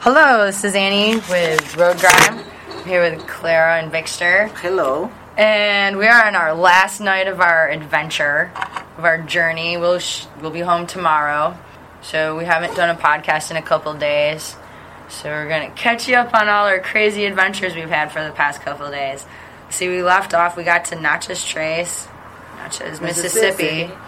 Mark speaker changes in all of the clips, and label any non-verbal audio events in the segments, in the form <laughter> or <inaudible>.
Speaker 1: Hello, this is Annie with Road Grime. I'm here with Clara and Vixter.
Speaker 2: Hello.
Speaker 1: And we are on our last night of our adventure, of our journey. We'll, sh- we'll be home tomorrow. So we haven't done a podcast in a couple days. So we're going to catch you up on all our crazy adventures we've had for the past couple days. See, we left off, we got to Natchez Trace, Natchez, Mississippi.
Speaker 2: Mississippi.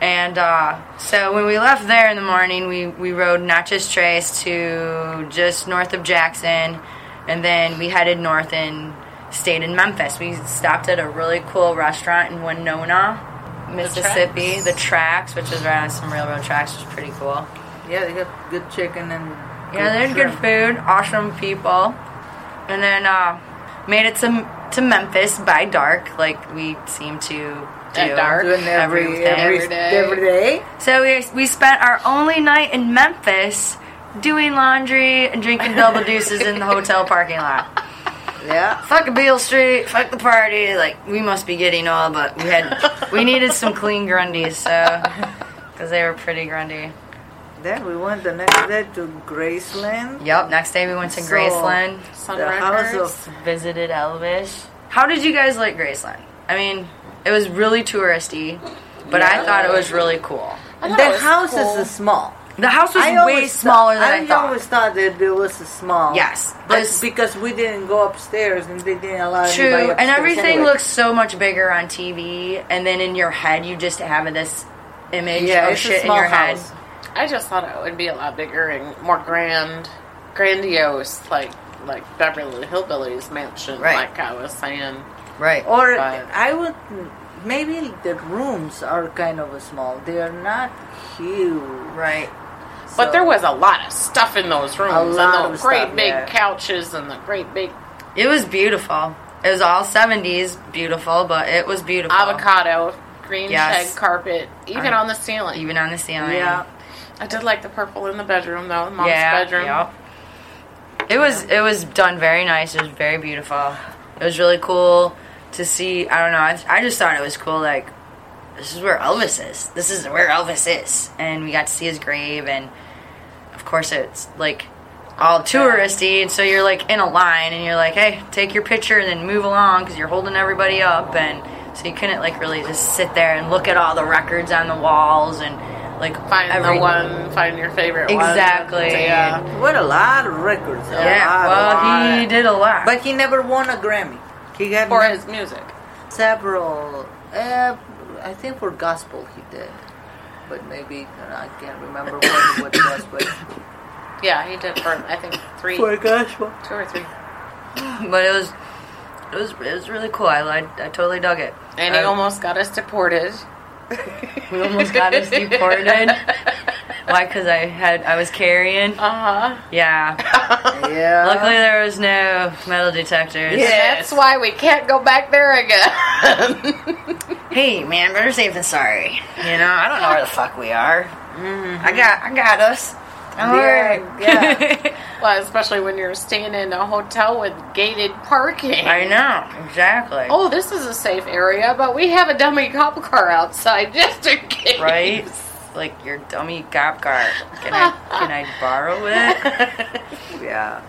Speaker 1: And uh, so when we left there in the morning, we, we rode Natchez Trace to just north of Jackson, and then we headed north and stayed in Memphis. We stopped at a really cool restaurant in Winona, Mississippi,
Speaker 2: Tracks.
Speaker 1: the Tracks, which was right on some railroad tracks, which was pretty cool.
Speaker 2: Yeah, they got good chicken and.
Speaker 1: Yeah, they had good
Speaker 2: shrimp.
Speaker 1: food, awesome people, and then uh, made it to to Memphis by dark, like we seem to do
Speaker 3: At dark?
Speaker 2: Doing every
Speaker 1: everything.
Speaker 2: every
Speaker 3: Every day.
Speaker 2: every day.
Speaker 1: So we, we spent our only night in Memphis doing laundry and drinking
Speaker 3: <laughs>
Speaker 1: double deuces in the hotel parking lot.
Speaker 2: Yeah.
Speaker 1: Fuck Beale Street, fuck the party. Like we must be getting all, but we had we needed some clean Grundies, so because they were pretty Grundy.
Speaker 2: Then we went the next day to Graceland.
Speaker 1: Yep. Next day we went to
Speaker 2: So-
Speaker 1: Graceland,
Speaker 3: Sun
Speaker 2: the
Speaker 3: Records.
Speaker 2: house of
Speaker 1: visited Elvis. How did you guys like Graceland? I mean, it was really touristy, but I
Speaker 2: Yeah.
Speaker 1: thought it was really cool.
Speaker 3: I thought it
Speaker 2: the
Speaker 3: was
Speaker 2: house
Speaker 3: cool.
Speaker 2: is small.
Speaker 1: The house was way
Speaker 2: always thought-
Speaker 1: smaller than I,
Speaker 2: I
Speaker 1: thought.
Speaker 2: always thought that it was small.
Speaker 1: Yes,
Speaker 2: But
Speaker 1: this-
Speaker 2: because we didn't go upstairs and they didn't allow
Speaker 1: True,
Speaker 2: anybody upstairs
Speaker 1: and everything
Speaker 2: anyway.
Speaker 1: looks so much bigger on TV, and then in your head you just have this image
Speaker 2: Yeah,
Speaker 1: of
Speaker 2: it's
Speaker 1: oh shit
Speaker 2: a small
Speaker 1: in your
Speaker 2: house.
Speaker 1: head.
Speaker 3: I just thought it would be a lot bigger and more grand, grandiose, like like Beverly Hillbillies mansion,
Speaker 1: Right.
Speaker 3: like I was saying.
Speaker 1: Right.
Speaker 2: Or
Speaker 3: But-
Speaker 2: I would maybe the rooms are kind of small. They are not huge.
Speaker 1: Right.
Speaker 2: So-
Speaker 3: But there was a lot of stuff in those rooms,
Speaker 2: lot
Speaker 3: and
Speaker 2: of
Speaker 3: the great
Speaker 2: stuff,
Speaker 3: big
Speaker 2: yeah.
Speaker 3: couches and the great big
Speaker 1: It was beautiful. It was all seventies beautiful, but it was beautiful.
Speaker 3: avocado green
Speaker 1: Yes.
Speaker 3: shag carpet, even
Speaker 1: Right.
Speaker 3: on the ceiling.
Speaker 1: even on the ceiling.
Speaker 2: Yeah.
Speaker 3: I did like the purple in the bedroom though, mom's
Speaker 1: yeah.
Speaker 3: bedroom.
Speaker 1: yep. It was it was done very nice. It was very beautiful. It was really cool to see. I don't know. I, I just thought it was cool. Like this is where Elvis is. This is where Elvis is, and we got to see his grave. And of course, it's like all touristy, and so you're like in a line, and you're like, "Hey, take your picture," and then move along because you're holding everybody up, and so you couldn't like really just sit there and look at all the records on the walls and like
Speaker 3: Find
Speaker 1: every-
Speaker 3: the one, find your favorite one.
Speaker 1: Exactly.
Speaker 3: Yeah.
Speaker 2: What a lot of records. a lot,
Speaker 1: Yeah,
Speaker 2: a
Speaker 1: well,
Speaker 2: lot.
Speaker 1: he did a lot.
Speaker 2: But he never won a Grammy. He got
Speaker 3: For his music.
Speaker 2: several. Uh, I think for gospel he did, but maybe uh, I can't remember what, what it was.
Speaker 1: <coughs>
Speaker 2: But
Speaker 3: Yeah, he did for I think three
Speaker 2: gospel,
Speaker 3: two or three.
Speaker 1: but it was it was it was really cool. I I, I totally dug it.
Speaker 3: And he
Speaker 1: Uh,
Speaker 3: almost got us deported.
Speaker 1: we almost got <laughs> us
Speaker 3: <laughs>
Speaker 1: deported. Why? Because I had I was carrying.
Speaker 3: Uh huh.
Speaker 1: Yeah.
Speaker 2: yeah.
Speaker 1: Luckily there was no metal detectors.
Speaker 2: Yeah. Yes.
Speaker 3: That's why we can't go back there again.
Speaker 1: Hey man, better safe than sorry. You know I don't know where the fuck we are. I got I got us. Don't
Speaker 2: Yeah,
Speaker 1: worry.
Speaker 2: yeah.
Speaker 3: <laughs> well, especially when you're staying in a hotel with gated parking.
Speaker 1: <laughs> I know exactly.
Speaker 3: Oh, this is a safe area, but we have a dummy cop car outside <laughs> just in case.
Speaker 1: Right. Like your dummy cop car. Can I can I borrow it? <laughs>
Speaker 2: yeah.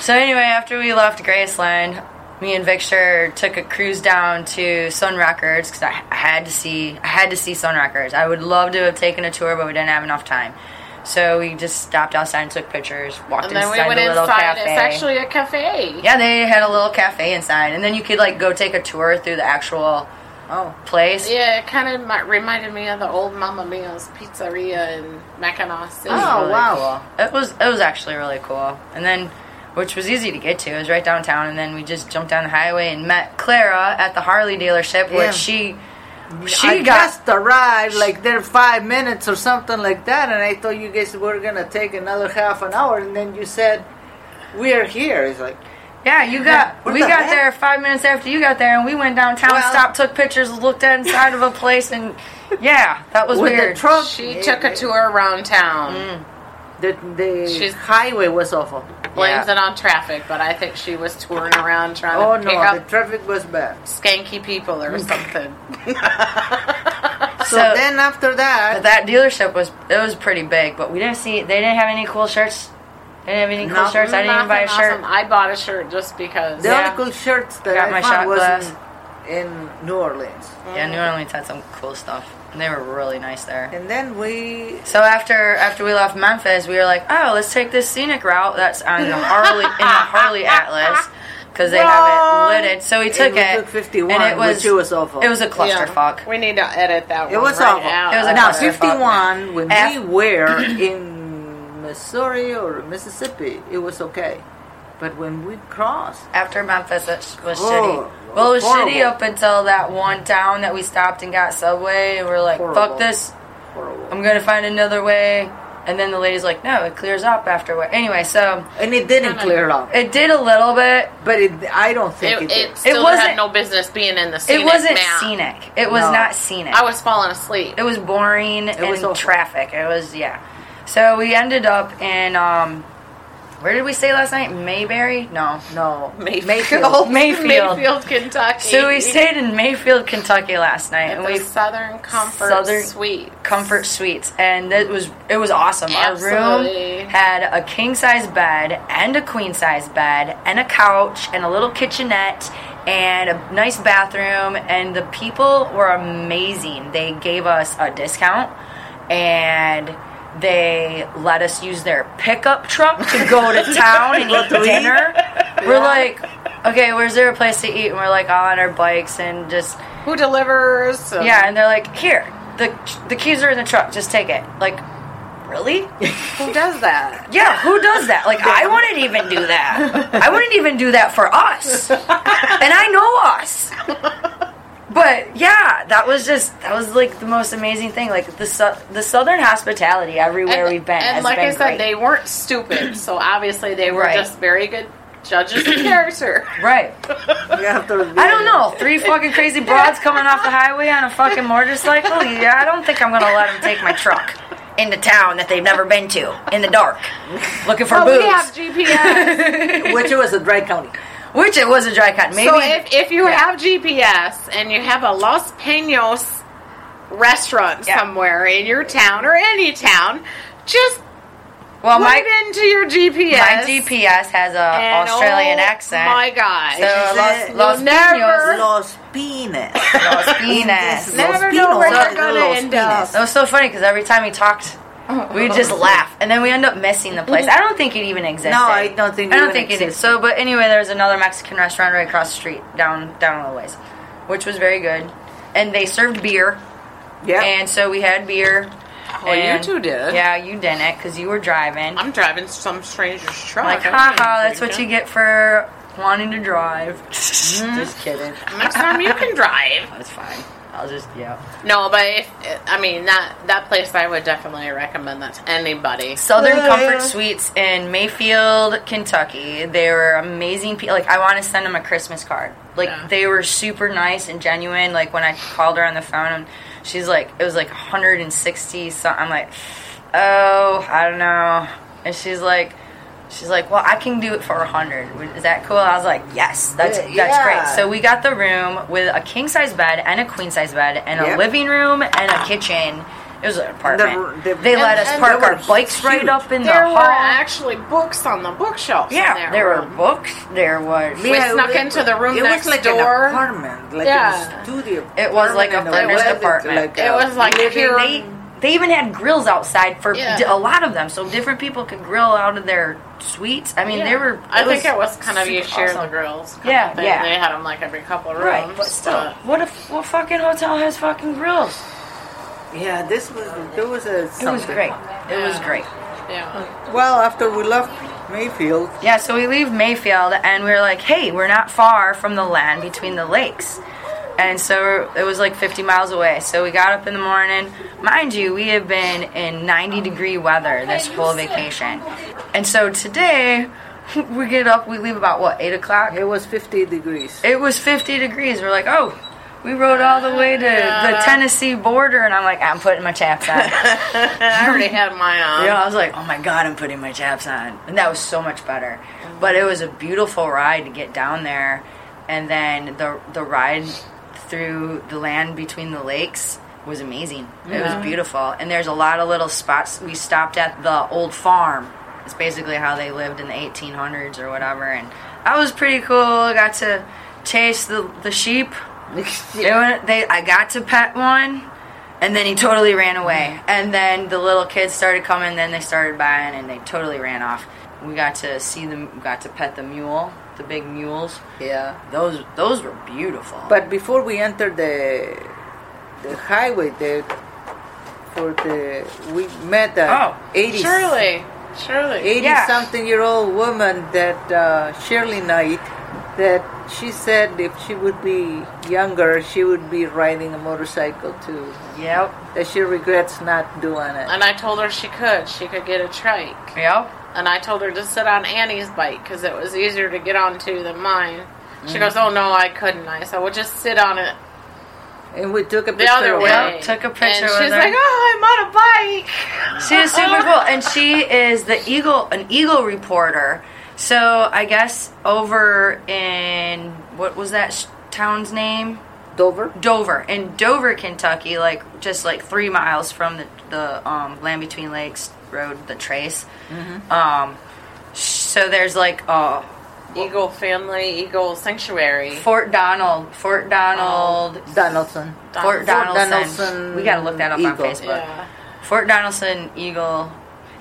Speaker 1: So anyway, after we left Graceland, me and Victor took a cruise down to Sun Records because I, I had to see I had to see Sun Records. I would love to have taken a tour, but we didn't have enough time. So we just stopped outside and took pictures. Walked
Speaker 3: And then
Speaker 1: inside
Speaker 3: we went
Speaker 1: the little
Speaker 3: inside.
Speaker 1: cafe.
Speaker 3: It's actually a cafe.
Speaker 1: yeah, they had a little cafe inside, and then you could like go take a tour through the actual
Speaker 2: Oh,
Speaker 1: place.
Speaker 3: Yeah, it kind of reminded me of the old Mamma Mia's pizzeria in Mackinac City.
Speaker 1: It was
Speaker 2: Oh,
Speaker 1: really
Speaker 2: wow.
Speaker 1: cool. It was it was actually really cool. And then which was easy to get to. It was right downtown and then we just jumped down the highway and met Clara at the Harley dealership
Speaker 2: Yeah.
Speaker 1: which she she
Speaker 2: I
Speaker 1: got
Speaker 2: just arrived like there five minutes or something like that, and I thought you guys were gonna take another half an hour, and then you said we are here. It's like
Speaker 1: Yeah, you got
Speaker 2: What
Speaker 1: we
Speaker 2: the
Speaker 1: got
Speaker 2: heck?
Speaker 1: there 5 minutes after you got there and we went downtown,
Speaker 2: Well-
Speaker 1: stopped, took pictures, looked inside of a place and yeah, that was
Speaker 2: with
Speaker 1: weird.
Speaker 2: the truck.
Speaker 3: She
Speaker 2: Yeah,
Speaker 3: took a tour around town.
Speaker 2: The, the
Speaker 3: She's-
Speaker 2: highway was awful.
Speaker 3: blames
Speaker 1: Yeah.
Speaker 3: it on traffic, but I think she was touring around trying
Speaker 2: Oh
Speaker 3: to pick
Speaker 2: no, the
Speaker 3: up
Speaker 2: traffic was bad.
Speaker 3: skanky people
Speaker 1: Mm.
Speaker 3: or something.
Speaker 2: So,
Speaker 1: So-
Speaker 2: then after that,
Speaker 1: But that dealership was it was pretty big, but we didn't see they didn't have any cool shirts didn't have any cool shirts. I didn't even buy a
Speaker 3: Nothing
Speaker 1: shirt.
Speaker 3: awesome. I bought a shirt just because.
Speaker 2: The
Speaker 1: Yeah.
Speaker 2: only cool shirts that
Speaker 1: Got
Speaker 2: I
Speaker 1: my
Speaker 2: found
Speaker 1: shot
Speaker 2: was
Speaker 1: glass.
Speaker 2: in, in New Orleans.
Speaker 1: Yeah, New Orleans had some cool stuff. And they were really nice there.
Speaker 2: And then we
Speaker 1: So after after we left Memphis, we were like, oh, let's take this scenic route that's on the Harley in the Harley Atlas because they
Speaker 3: Wrong.
Speaker 1: have it littered. So we took
Speaker 2: we
Speaker 1: it.
Speaker 2: took 51,
Speaker 1: and it was
Speaker 2: which it was awful.
Speaker 1: It was a clusterfuck.
Speaker 3: We need to edit that
Speaker 2: It
Speaker 3: one.
Speaker 2: was
Speaker 3: right
Speaker 2: awful.
Speaker 3: Out.
Speaker 1: It was a
Speaker 2: now
Speaker 1: clusterfuck.
Speaker 2: 51 when
Speaker 1: F-
Speaker 2: we
Speaker 1: <clears throat>
Speaker 2: were in Missouri or Mississippi, it was okay. But when we crossed,
Speaker 1: After Memphis, it sh- was
Speaker 2: Oh,
Speaker 1: shitty. Well, it was
Speaker 2: horrible.
Speaker 1: shitty up until that one town that we stopped and got subway. And we are like,
Speaker 2: Horrible.
Speaker 1: fuck this.
Speaker 2: horrible.
Speaker 1: I'm gonna find another way. And then the lady's like, no, it clears up after. wa- Anyway, so
Speaker 2: and it didn't
Speaker 3: Kinda-
Speaker 2: clear up.
Speaker 1: it did a little bit.
Speaker 2: But it, I don't think it,
Speaker 3: It, it
Speaker 2: did.
Speaker 3: still had
Speaker 1: wasn't-
Speaker 3: no business being in the
Speaker 1: It
Speaker 3: scenic
Speaker 1: wasn't
Speaker 3: map.
Speaker 1: scenic. It was
Speaker 2: No.
Speaker 1: not scenic.
Speaker 3: I was falling asleep.
Speaker 1: it was boring and
Speaker 2: was awful.
Speaker 1: traffic. It was yeah. So we ended up in um, where did we stay last night? Mayberry? No,
Speaker 2: No.
Speaker 3: Mayfield.
Speaker 1: <laughs> Oh, Mayfield.
Speaker 3: <laughs> Mayfield, Kentucky.
Speaker 1: So we stayed in Mayfield, Kentucky last night,
Speaker 3: at
Speaker 1: and
Speaker 3: the
Speaker 1: we
Speaker 3: Southern Comfort
Speaker 1: Southern-
Speaker 3: Suite.
Speaker 1: Comfort Suites, and it was it was awesome. Our
Speaker 3: Absolutely.
Speaker 1: room had a king size bed and a queen size bed and a couch and a little kitchenette and a nice bathroom, and the people were amazing. They gave us a discount and. They let us use their pickup truck to go to town and eat dinner. We're like, okay, where's there a place to eat? And we're like all on our bikes and just
Speaker 3: Who delivers? and-
Speaker 1: yeah, and they're like, "Here, the the keys are in the truck. Just take it." Like, really?
Speaker 3: Who does that?
Speaker 1: Yeah, who does that? Like, I wouldn't even do that. I wouldn't even do that for us. And I know us. But yeah, that was just that was like the most amazing thing. Like the sou- the southern hospitality everywhere
Speaker 3: and,
Speaker 1: we've been
Speaker 3: and
Speaker 1: has
Speaker 3: like
Speaker 1: been
Speaker 3: I said,
Speaker 1: great.
Speaker 3: they weren't stupid, so obviously they were
Speaker 1: Right.
Speaker 3: just very good judges of character.
Speaker 1: right.
Speaker 2: <laughs> After
Speaker 1: I don't know.
Speaker 3: <laughs>
Speaker 1: Three fucking crazy broads coming off the highway on a fucking motorcycle. Yeah, I don't think I'm gonna let them take my truck into town that they've never been to in the dark, looking for
Speaker 3: But
Speaker 1: booze.
Speaker 3: Oh, we have
Speaker 1: <laughs>
Speaker 3: GPS.
Speaker 2: Which it was a dry county.
Speaker 1: Which it was a dry cut. Maybe
Speaker 3: so if, if you have GPS and you have a Los Pinos restaurant
Speaker 1: Yeah.
Speaker 3: somewhere in your town or any town, just
Speaker 1: well,
Speaker 3: put
Speaker 1: my
Speaker 3: it into your GPS.
Speaker 1: my GPS has a
Speaker 3: and
Speaker 1: Australian
Speaker 3: oh
Speaker 1: accent.
Speaker 3: My God.
Speaker 1: So Los,
Speaker 2: You'll
Speaker 1: Los
Speaker 3: never-
Speaker 1: Pinos,
Speaker 2: Los Pines.
Speaker 1: Los
Speaker 3: <laughs>
Speaker 1: Pinos.
Speaker 2: Los
Speaker 3: Never know where
Speaker 2: Pinos.
Speaker 3: you're gonna
Speaker 2: Los
Speaker 3: end up.
Speaker 2: Pinos.
Speaker 1: That was so funny because every time he talked, we
Speaker 2: <laughs>
Speaker 1: just laugh, and then we end up missing the place. I don't think it even existed.
Speaker 2: Mm-hmm. No, I don't think
Speaker 1: I
Speaker 2: it
Speaker 1: don't
Speaker 2: even
Speaker 1: think it is.
Speaker 2: existed.
Speaker 1: So, but anyway, there's another Mexican restaurant right across the street, down down a little ways, which was very good, and they served beer,
Speaker 2: Yeah.
Speaker 1: and so we had beer.
Speaker 3: Well, you
Speaker 1: and-
Speaker 3: two did.
Speaker 1: Yeah, you didn't because you were driving.
Speaker 3: I'm driving some stranger's truck.
Speaker 1: like,
Speaker 3: I don't
Speaker 1: haha,
Speaker 3: even
Speaker 1: that's
Speaker 3: drink
Speaker 1: what
Speaker 3: it.
Speaker 1: you get for wanting to
Speaker 2: <laughs>
Speaker 1: drive. Mm-hmm.
Speaker 2: Just kidding.
Speaker 3: <laughs> Next time you can
Speaker 1: <laughs>
Speaker 3: drive.
Speaker 1: That's fine. I'll just yeah.
Speaker 3: No, but if, I mean that that place I would definitely recommend that to anybody.
Speaker 1: Southern
Speaker 2: Yeah.
Speaker 1: Comfort Suites in Mayfield, Kentucky. They were amazing people. Like I want to send them a Christmas card. Like
Speaker 3: Yeah.
Speaker 1: they were super nice and genuine. Like when I called her on the phone, and she's like, it was like 160. So I'm like, oh, I don't know. And she's like, she's like, well, I can do it for 100. Is that cool? I was like, yes, that's
Speaker 2: Yeah.
Speaker 1: that's great. So we got the room with a king size bed and a queen size bed and a
Speaker 2: Yep.
Speaker 1: living room and a kitchen. It was an apartment.
Speaker 2: the-
Speaker 1: they let
Speaker 2: and-
Speaker 1: us
Speaker 2: and
Speaker 1: park
Speaker 2: they were
Speaker 1: our bikes right
Speaker 2: huge.
Speaker 1: up in
Speaker 3: There
Speaker 1: the
Speaker 3: were
Speaker 1: hall.
Speaker 3: actually books on the bookshelves. in
Speaker 1: yeah,
Speaker 3: that
Speaker 1: there were
Speaker 3: room.
Speaker 1: books. There was.
Speaker 3: We snuck into the room
Speaker 2: it
Speaker 3: next
Speaker 2: was like
Speaker 3: door.
Speaker 2: An apartment, like
Speaker 3: Yeah.
Speaker 2: a studio.
Speaker 1: It was like a
Speaker 2: apartment in
Speaker 1: furnished
Speaker 2: way,
Speaker 1: apartment.
Speaker 3: It
Speaker 2: a
Speaker 3: was like
Speaker 2: living-
Speaker 3: pure-
Speaker 1: they they even had grills outside for
Speaker 3: Yeah.
Speaker 1: d- a lot of them, so different people could grill out of their suites. I mean,
Speaker 3: Yeah.
Speaker 1: they were.
Speaker 3: I think it was kind of you
Speaker 1: super
Speaker 3: share the
Speaker 1: awesome.
Speaker 3: grills. kind
Speaker 1: Yeah,
Speaker 3: of thing.
Speaker 1: yeah.
Speaker 3: They had them like every couple of rooms.
Speaker 1: Right, but still, what if what fucking hotel has fucking grills?
Speaker 2: Yeah, this was there was a.
Speaker 1: It was great. It was great.
Speaker 3: but, yeah.
Speaker 2: Well, after we left Mayfield,
Speaker 1: Yeah, so we leave Mayfield and we're like, hey, we're not far from the land between the lakes. And so it was like 50 miles away. So we got up in the morning. Mind you, we have been in 90 degree weather this whole vacation. And so today, <laughs> we get up, we leave about what, 8 o'clock?
Speaker 2: it was 50 degrees.
Speaker 1: It was 50 degrees. We're like, oh, we rode all the way to the Tennessee border. And I'm like, I'm putting my chaps on. <laughs>
Speaker 3: I already had um, mine on.
Speaker 1: Yeah, I was like, oh my god, I'm putting my chaps on, and that was so much better. But it was a beautiful ride to get down there, and then the the ride through the land between the lakes was amazing. It was beautiful, and there's a lot of little spots. We stopped at the old farm It's basically how they lived in the 1800s or whatever. And that was pretty cool. I got to chase the, the sheep. They, went, they I got to pet one, and then he totally ran away. And then the little kids started coming. Then they started buying, and they totally ran off. We got to see them. Got to pet the mule, the big mules.
Speaker 2: yeah.
Speaker 1: Those those were beautiful.
Speaker 2: But before we enter the the highway there for the we met a
Speaker 1: Oh,
Speaker 2: 80
Speaker 3: Surely, surely.
Speaker 2: 80
Speaker 1: Yeah.
Speaker 2: something year old woman that uh, Shirley Knight that she said if she would be younger she would be riding a motorcycle too
Speaker 1: yep,
Speaker 2: that she regrets not doing it.
Speaker 3: And I told her she could. She could get a trike.
Speaker 1: yep.
Speaker 3: And I told her to sit on Annie's bike because it was easier to get onto than mine. She
Speaker 1: Mm.
Speaker 3: goes, "Oh no, I couldn't." I said, "Well, just sit on it
Speaker 2: And we took a
Speaker 3: the
Speaker 2: picture
Speaker 3: other
Speaker 2: of
Speaker 1: Yep,
Speaker 3: way."
Speaker 1: took a picture
Speaker 3: And
Speaker 1: with
Speaker 3: she's
Speaker 1: her.
Speaker 3: like, "Oh, I'm on a bike."
Speaker 1: She is super cool, and she is the eagle, an eagle reporter. So I guess over in what was that sh- town's name?
Speaker 2: Dover.
Speaker 1: Dover in Dover, Kentucky, like just like three miles from the the um, Land Between Lakes Road, the trace. Um, so there's like uh,
Speaker 3: Eagle family, Eagle sanctuary.
Speaker 1: Fort Donald, Fort Donald,
Speaker 2: Donaldson.
Speaker 1: Fort
Speaker 3: Fort
Speaker 1: Donaldson.
Speaker 2: Oh, Donaldson
Speaker 1: We gotta look that up on
Speaker 2: Eagle.
Speaker 1: Facebook.
Speaker 3: Yeah.
Speaker 1: Fort Donelson Eagle.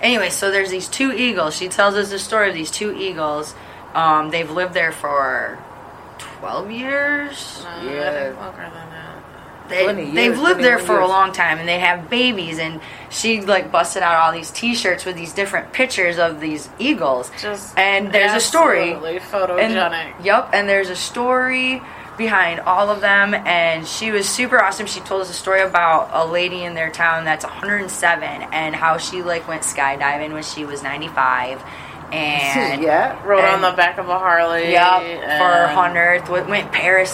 Speaker 1: Anyway, so there's these two eagles. She tells us the story of these two eagles. Um, they've lived there for 12 years.
Speaker 3: No, I
Speaker 2: Yeah.
Speaker 3: think longer than that.
Speaker 1: They,
Speaker 2: 20 years,
Speaker 1: they've lived there
Speaker 2: 21
Speaker 1: for a
Speaker 2: years.
Speaker 1: long time and they have babies. And she like busted out all these t shirts with these different pictures of these eagles.
Speaker 3: Just
Speaker 1: and there's a story.
Speaker 3: absolutely
Speaker 1: And,
Speaker 3: photogenic.
Speaker 1: yep, and there's a story behind all of them, and she was super awesome. She told us a story about a lady in their town that's 107 and how she like went skydiving when she was
Speaker 2: <laughs>
Speaker 1: 95, and
Speaker 2: yeah.
Speaker 3: Rode
Speaker 1: and-
Speaker 3: on the back of a Harley.
Speaker 1: Yep, for her
Speaker 3: and-
Speaker 1: hundredth, went, went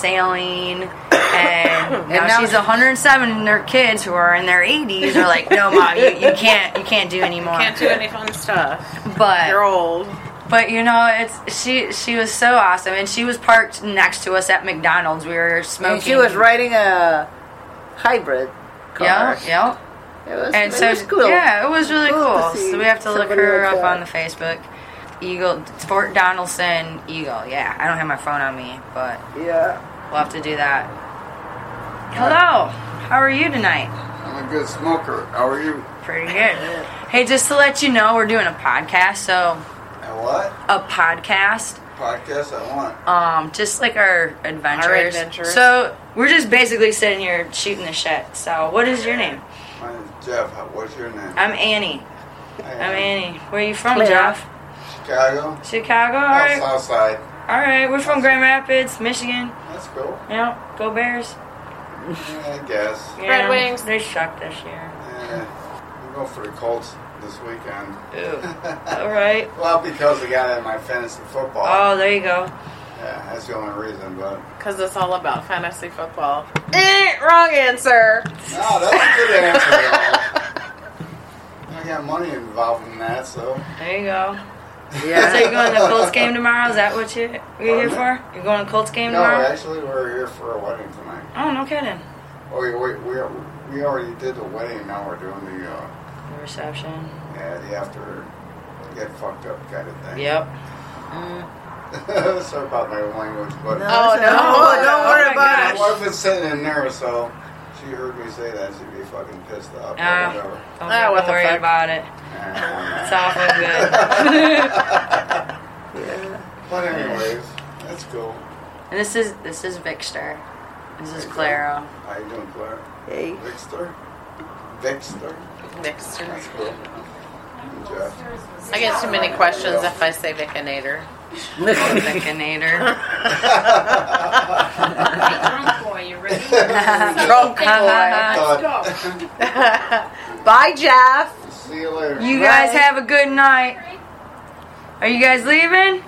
Speaker 1: parasailing,
Speaker 2: <coughs>
Speaker 1: and now,
Speaker 2: now-
Speaker 1: she's 107, and their kids who are in their 80s are like, "No, mom, you, you can't, you can't do anymore."
Speaker 3: Can't do any fun stuff.
Speaker 1: but
Speaker 3: You're old.
Speaker 1: But you know, it's she. She was so awesome, and she was parked next to us at McDonald's. We were smoking.
Speaker 2: And she was riding a hybrid car.
Speaker 1: Yeah, yeah.
Speaker 2: It was,
Speaker 1: And
Speaker 2: it
Speaker 1: so,
Speaker 2: was cool.
Speaker 1: yeah, it was really
Speaker 2: Cool
Speaker 1: cool.
Speaker 2: to see
Speaker 1: So we have to look
Speaker 2: somebody
Speaker 1: her
Speaker 2: like
Speaker 1: up
Speaker 2: that.
Speaker 1: on the Facebook. Eagle Fort Donelson Eagle. Yeah, I don't have my phone on me, but
Speaker 2: Yeah.
Speaker 1: we'll have to do that. Hello, how are you tonight?
Speaker 4: I'm a good smoker. How are you?
Speaker 1: Pretty good. Hey, just to let you know, we're doing a podcast. So
Speaker 4: And what
Speaker 1: a podcast.
Speaker 4: podcast I want?
Speaker 1: um, just like our adventures.
Speaker 3: adventures.
Speaker 1: So we're just basically sitting here shooting the shit. So what is your name?
Speaker 4: My name's Jeff. What's your name?
Speaker 1: I'm Annie. I'm Annie. Where are you from,
Speaker 2: Claire.
Speaker 1: Jeff?
Speaker 4: Chicago. Oh,
Speaker 1: Chicago. All
Speaker 4: Right.
Speaker 1: right. All
Speaker 4: South Side.
Speaker 1: right. We're from Grand Rapids, Michigan.
Speaker 4: That's cool.
Speaker 1: Yeah. Go Bears.
Speaker 4: Yeah, I guess.
Speaker 1: Yeah.
Speaker 3: Red Wings.
Speaker 1: They suck this year.
Speaker 4: Yeah. I'm going for the Colts this weekend. <laughs>
Speaker 1: Ooh. All right.
Speaker 4: Well, because the guy in my fantasy football.
Speaker 1: Oh, there you go.
Speaker 4: Yeah, that's the only reason. But
Speaker 3: Because it's all about fantasy football. Eh, wrong answer.
Speaker 4: no, that's a
Speaker 1: <laughs>
Speaker 4: good answer. though. I got money involved in that, so
Speaker 1: There you go. So
Speaker 2: Yeah.
Speaker 1: you're going to the Colts game tomorrow? Is that what you, you're here for? You're going to Colts game
Speaker 4: no.
Speaker 1: tomorrow?
Speaker 4: Actually, we're here for a wedding tonight.
Speaker 1: Oh, no kidding.
Speaker 4: Oh, we we we already did the wedding. Now we're doing the. Uh,
Speaker 1: The reception.
Speaker 4: Yeah, the after get fucked up kind of thing. <laughs>
Speaker 1: Yep.
Speaker 3: Ah,
Speaker 4: Sorry about my language,
Speaker 2: <laughs>
Speaker 4: but
Speaker 2: No,
Speaker 3: Oh,
Speaker 2: it's
Speaker 3: no.
Speaker 2: all-
Speaker 1: Oh,
Speaker 2: don't worry
Speaker 1: my
Speaker 2: about
Speaker 4: my
Speaker 1: gosh.
Speaker 2: it.
Speaker 4: wife was sitting in there, so she heard me say that. She'd be fucking pissed off or
Speaker 1: Ah. <laughs>
Speaker 4: whatever.
Speaker 1: Don't,
Speaker 3: Ah, what
Speaker 1: don't
Speaker 3: the
Speaker 1: worry
Speaker 3: fuck.
Speaker 1: about it. It's
Speaker 4: And-
Speaker 1: all fucking
Speaker 3: <laughs>
Speaker 1: good.
Speaker 4: but
Speaker 2: Yeah.
Speaker 4: anyways, that's cool.
Speaker 1: and this is this is Vixter. This is
Speaker 3: <laughs>
Speaker 1: Clara.
Speaker 4: How you doing, Claire?
Speaker 2: Hey.
Speaker 4: Vixter? Vixter?
Speaker 3: Next turn.
Speaker 4: That's cool. And Jeff.
Speaker 3: I get too many questions if I say Vicinator. <laughs>
Speaker 1: Vickinator.
Speaker 4: <laughs>
Speaker 3: Drunk boy.
Speaker 4: Thought-
Speaker 3: Bye, Jeff.
Speaker 4: See you later.
Speaker 1: you guys have a good night. Are you guys leaving?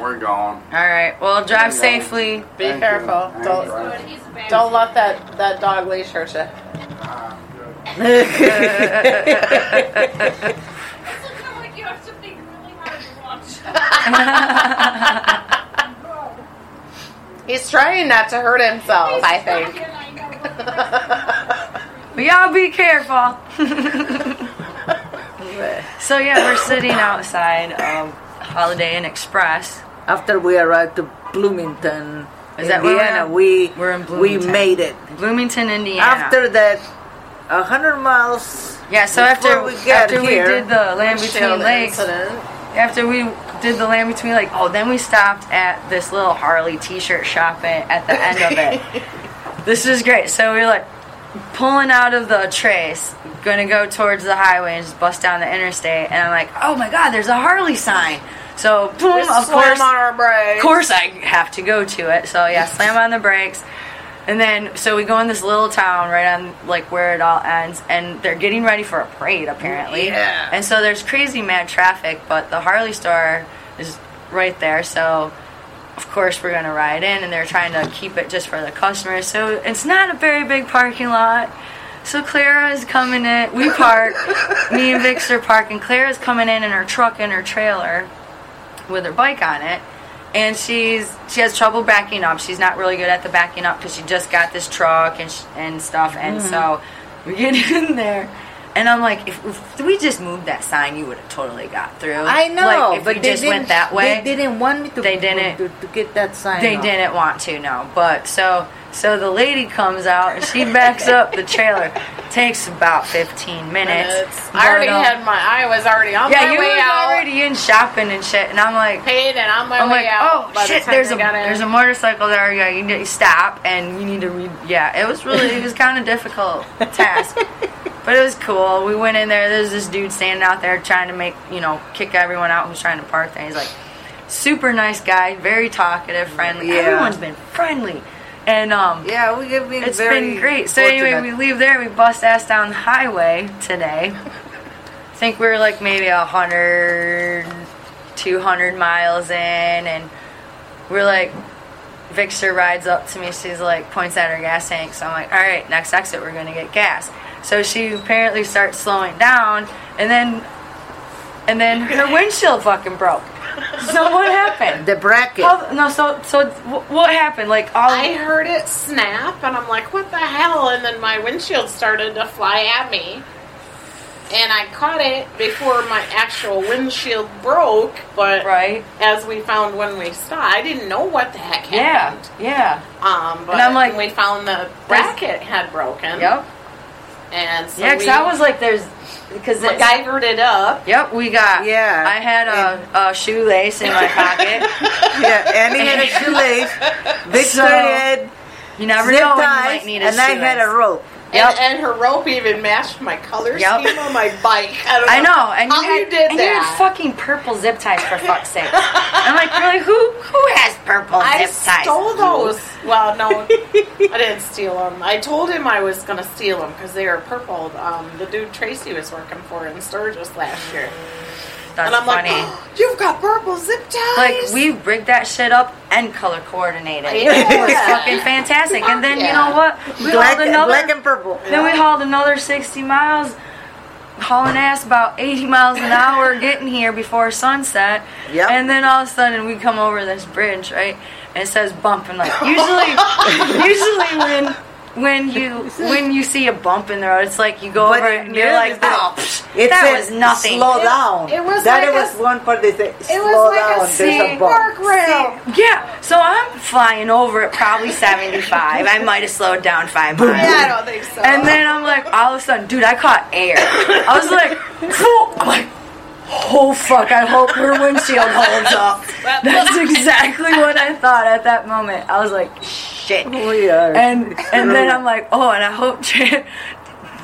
Speaker 4: We're gone.
Speaker 1: All right. Well, drive
Speaker 3: <laughs>
Speaker 1: safely. <laughs>
Speaker 3: Be
Speaker 4: Thank you.
Speaker 3: careful.
Speaker 4: Thank
Speaker 3: Don't-
Speaker 4: you.
Speaker 3: Don't let that, that dog leash hurt you.
Speaker 4: Ah, I'm good.
Speaker 5: Doesn't come like you have something really hard to watch.
Speaker 3: He's trying not to hurt himself, <laughs> I think.
Speaker 5: And I know what the rest
Speaker 1: but y'all be careful. So yeah, we're sitting outside of Holiday Inn Express.
Speaker 2: After we arrived to Bloomington,
Speaker 1: Is that where we're
Speaker 2: Indiana,
Speaker 1: at?
Speaker 2: we
Speaker 1: We're in
Speaker 2: we
Speaker 1: Bloomington.
Speaker 2: made it.
Speaker 1: Bloomington, Indiana.
Speaker 2: After that, a hundred miles.
Speaker 1: yeah, so
Speaker 2: before
Speaker 1: after
Speaker 2: we got
Speaker 1: after
Speaker 2: here-
Speaker 1: we did the Land Between
Speaker 3: Shield
Speaker 1: Lakes,
Speaker 3: incident.
Speaker 1: after we did the Land Between Lakes, oh, then we stopped at this little Harley T-shirt shop at, at the end of it. This is great. So we were like pulling out of the trace, gonna go towards the highway and just bust down the interstate, and I'm like, oh my God, there's a Harley sign. So boom,
Speaker 3: We
Speaker 1: of
Speaker 3: slam
Speaker 1: course,
Speaker 3: on our brakes.
Speaker 1: of course I have to go to it. So yeah, slam on the brakes. And then so we go in this little town right on like where it all ends and they're getting ready for a parade apparently.
Speaker 3: Yeah.
Speaker 1: And so there's crazy mad traffic, but the Harley store is right there, so of course we're gonna ride in and they're trying to keep it just for the customers. So it's not a very big parking lot. So Clara is coming in. We park. me and Vix are parking. Clara's coming in in her truck and her trailer with her bike on it and she's she has trouble backing up she's not really good at the backing up because she just got this truck and sh- and stuff and so we get <laughs> in there and i'm like if, if we just moved that sign you would have totally got through
Speaker 2: I know,
Speaker 1: like, if
Speaker 2: but
Speaker 1: you
Speaker 2: they
Speaker 1: just
Speaker 2: didn't,
Speaker 1: went that way
Speaker 2: They didn't want me to.
Speaker 1: They didn't.
Speaker 2: to, to get that sign.
Speaker 1: they
Speaker 2: up.
Speaker 1: didn't want to no but so so the lady comes out and she backs up the trailer takes about 15 minutes
Speaker 3: Minutes. I already
Speaker 1: But, um,
Speaker 3: had my. I was already on
Speaker 1: yeah
Speaker 3: my
Speaker 1: you
Speaker 3: way
Speaker 1: were
Speaker 3: out.
Speaker 1: already in shopping and shit and i'm like
Speaker 3: paid and on my
Speaker 1: I'm
Speaker 3: way
Speaker 1: like,
Speaker 3: out.
Speaker 1: oh
Speaker 3: by the
Speaker 1: shit,
Speaker 3: time
Speaker 1: there's
Speaker 3: I
Speaker 1: a
Speaker 3: got in.
Speaker 1: there's a motorcycle there. Yeah, you need to stop and you need to read. Yeah, it was really it was kind of
Speaker 3: <laughs>
Speaker 1: difficult task, but it was cool. We went in there. There's this dude standing out there trying to make you know kick everyone out who's trying to park there. He's like, super nice guy, very talkative, friendly.
Speaker 2: Yeah.
Speaker 1: Everyone's been friendly, and um,
Speaker 2: Yeah, we have been
Speaker 1: it's
Speaker 2: very.
Speaker 1: been great. So
Speaker 2: fortunate.
Speaker 1: anyway, we leave there. We bust ass down the highway today. I think we were like maybe a hundred, two hundred miles in, and we're like, Vixter rides up to me. She's like, points at her gas tank. So I'm like, all right, next exit, we're gonna get gas. So she apparently starts slowing down, and then, and then her windshield fucking broke. So what
Speaker 2: <laughs>
Speaker 1: happened?
Speaker 2: the bracket.
Speaker 1: Oh, no, so so wh- what happened? Like all
Speaker 3: I heard it snap, and I'm like, "What the hell?" And then my windshield started to fly at me, and I caught it before my actual windshield broke. But
Speaker 1: right?
Speaker 3: as we found when we stopped, I didn't know what the heck
Speaker 1: Yeah,
Speaker 3: happened.
Speaker 1: yeah.
Speaker 3: Um, but
Speaker 1: And I'm like,
Speaker 3: we found the bracket had broken.
Speaker 1: Yep.
Speaker 3: And so
Speaker 1: Yeah, 'cause
Speaker 3: we
Speaker 1: I was like, there's because it's
Speaker 3: MacGyvered it up.
Speaker 1: Yep, we got.
Speaker 2: Yeah.
Speaker 1: I had a, a shoelace
Speaker 3: <laughs>
Speaker 1: in my pocket.
Speaker 2: yeah, Annie
Speaker 1: <laughs>
Speaker 2: had a shoelace. Victor
Speaker 1: So,
Speaker 2: had
Speaker 1: You never
Speaker 2: zip
Speaker 1: know when you
Speaker 2: ties,
Speaker 1: might need a
Speaker 2: and I had a
Speaker 1: shoelace.
Speaker 2: rope.
Speaker 1: Yep.
Speaker 3: And, and her rope even matched my color
Speaker 1: Yep.
Speaker 3: scheme on my bike. I, don't
Speaker 1: I know, and
Speaker 3: how
Speaker 1: you, had,
Speaker 3: did
Speaker 1: and you
Speaker 3: that.
Speaker 1: had fucking purple zip ties for fuck's sake.
Speaker 3: <laughs>
Speaker 1: I'm like, really, who who has purple
Speaker 3: I
Speaker 1: zip ties?
Speaker 3: stole those.
Speaker 1: <laughs>
Speaker 3: Well, no, I didn't steal them. I told him I was gonna steal them because they were purple. Um, the dude Tracy was working for in Sturgis last year,
Speaker 1: That's
Speaker 3: and I'm
Speaker 1: funny.
Speaker 3: like, "Oh, "You've got purple zip ties."
Speaker 1: Like we rigged that shit up and color coordinated.
Speaker 3: Yeah.
Speaker 1: It was fucking fantastic. And then you
Speaker 3: Yeah.
Speaker 1: know what? We
Speaker 2: Black,
Speaker 1: hauled another
Speaker 2: black and purple.
Speaker 1: Then we hauled another 60 miles, hauling ass about 80 miles an hour, getting here before sunset.
Speaker 2: Yep.
Speaker 1: And then all of a sudden we come over this bridge, right? And it says bump, and like
Speaker 2: <laughs>
Speaker 1: usually, usually when when you when you see a bump in the road, it's like you go
Speaker 2: But
Speaker 1: over
Speaker 2: it
Speaker 1: it and you're
Speaker 2: really
Speaker 1: like,
Speaker 2: did.
Speaker 1: oh, psh,
Speaker 2: It
Speaker 1: that
Speaker 2: said,
Speaker 1: was nothing.
Speaker 2: Slow
Speaker 3: It-
Speaker 2: down.
Speaker 3: it was
Speaker 2: that
Speaker 3: like
Speaker 2: was
Speaker 3: a-
Speaker 2: one part they say. Slow
Speaker 3: it was like
Speaker 2: down.
Speaker 3: a
Speaker 2: There's
Speaker 3: sick
Speaker 2: a bump.
Speaker 3: work rail.
Speaker 1: Yeah, so I'm flying over at probably 75. I might have slowed down five miles.
Speaker 3: Yeah, I don't think so.
Speaker 1: And then I'm like, all of a sudden, dude, I caught air. I was like, Phew. I'm like, oh fuck, I hope her windshield holds up. That's exactly what I thought at that moment. I was like, shit.
Speaker 2: We are.
Speaker 1: And and then I'm like, oh, and I hope tra-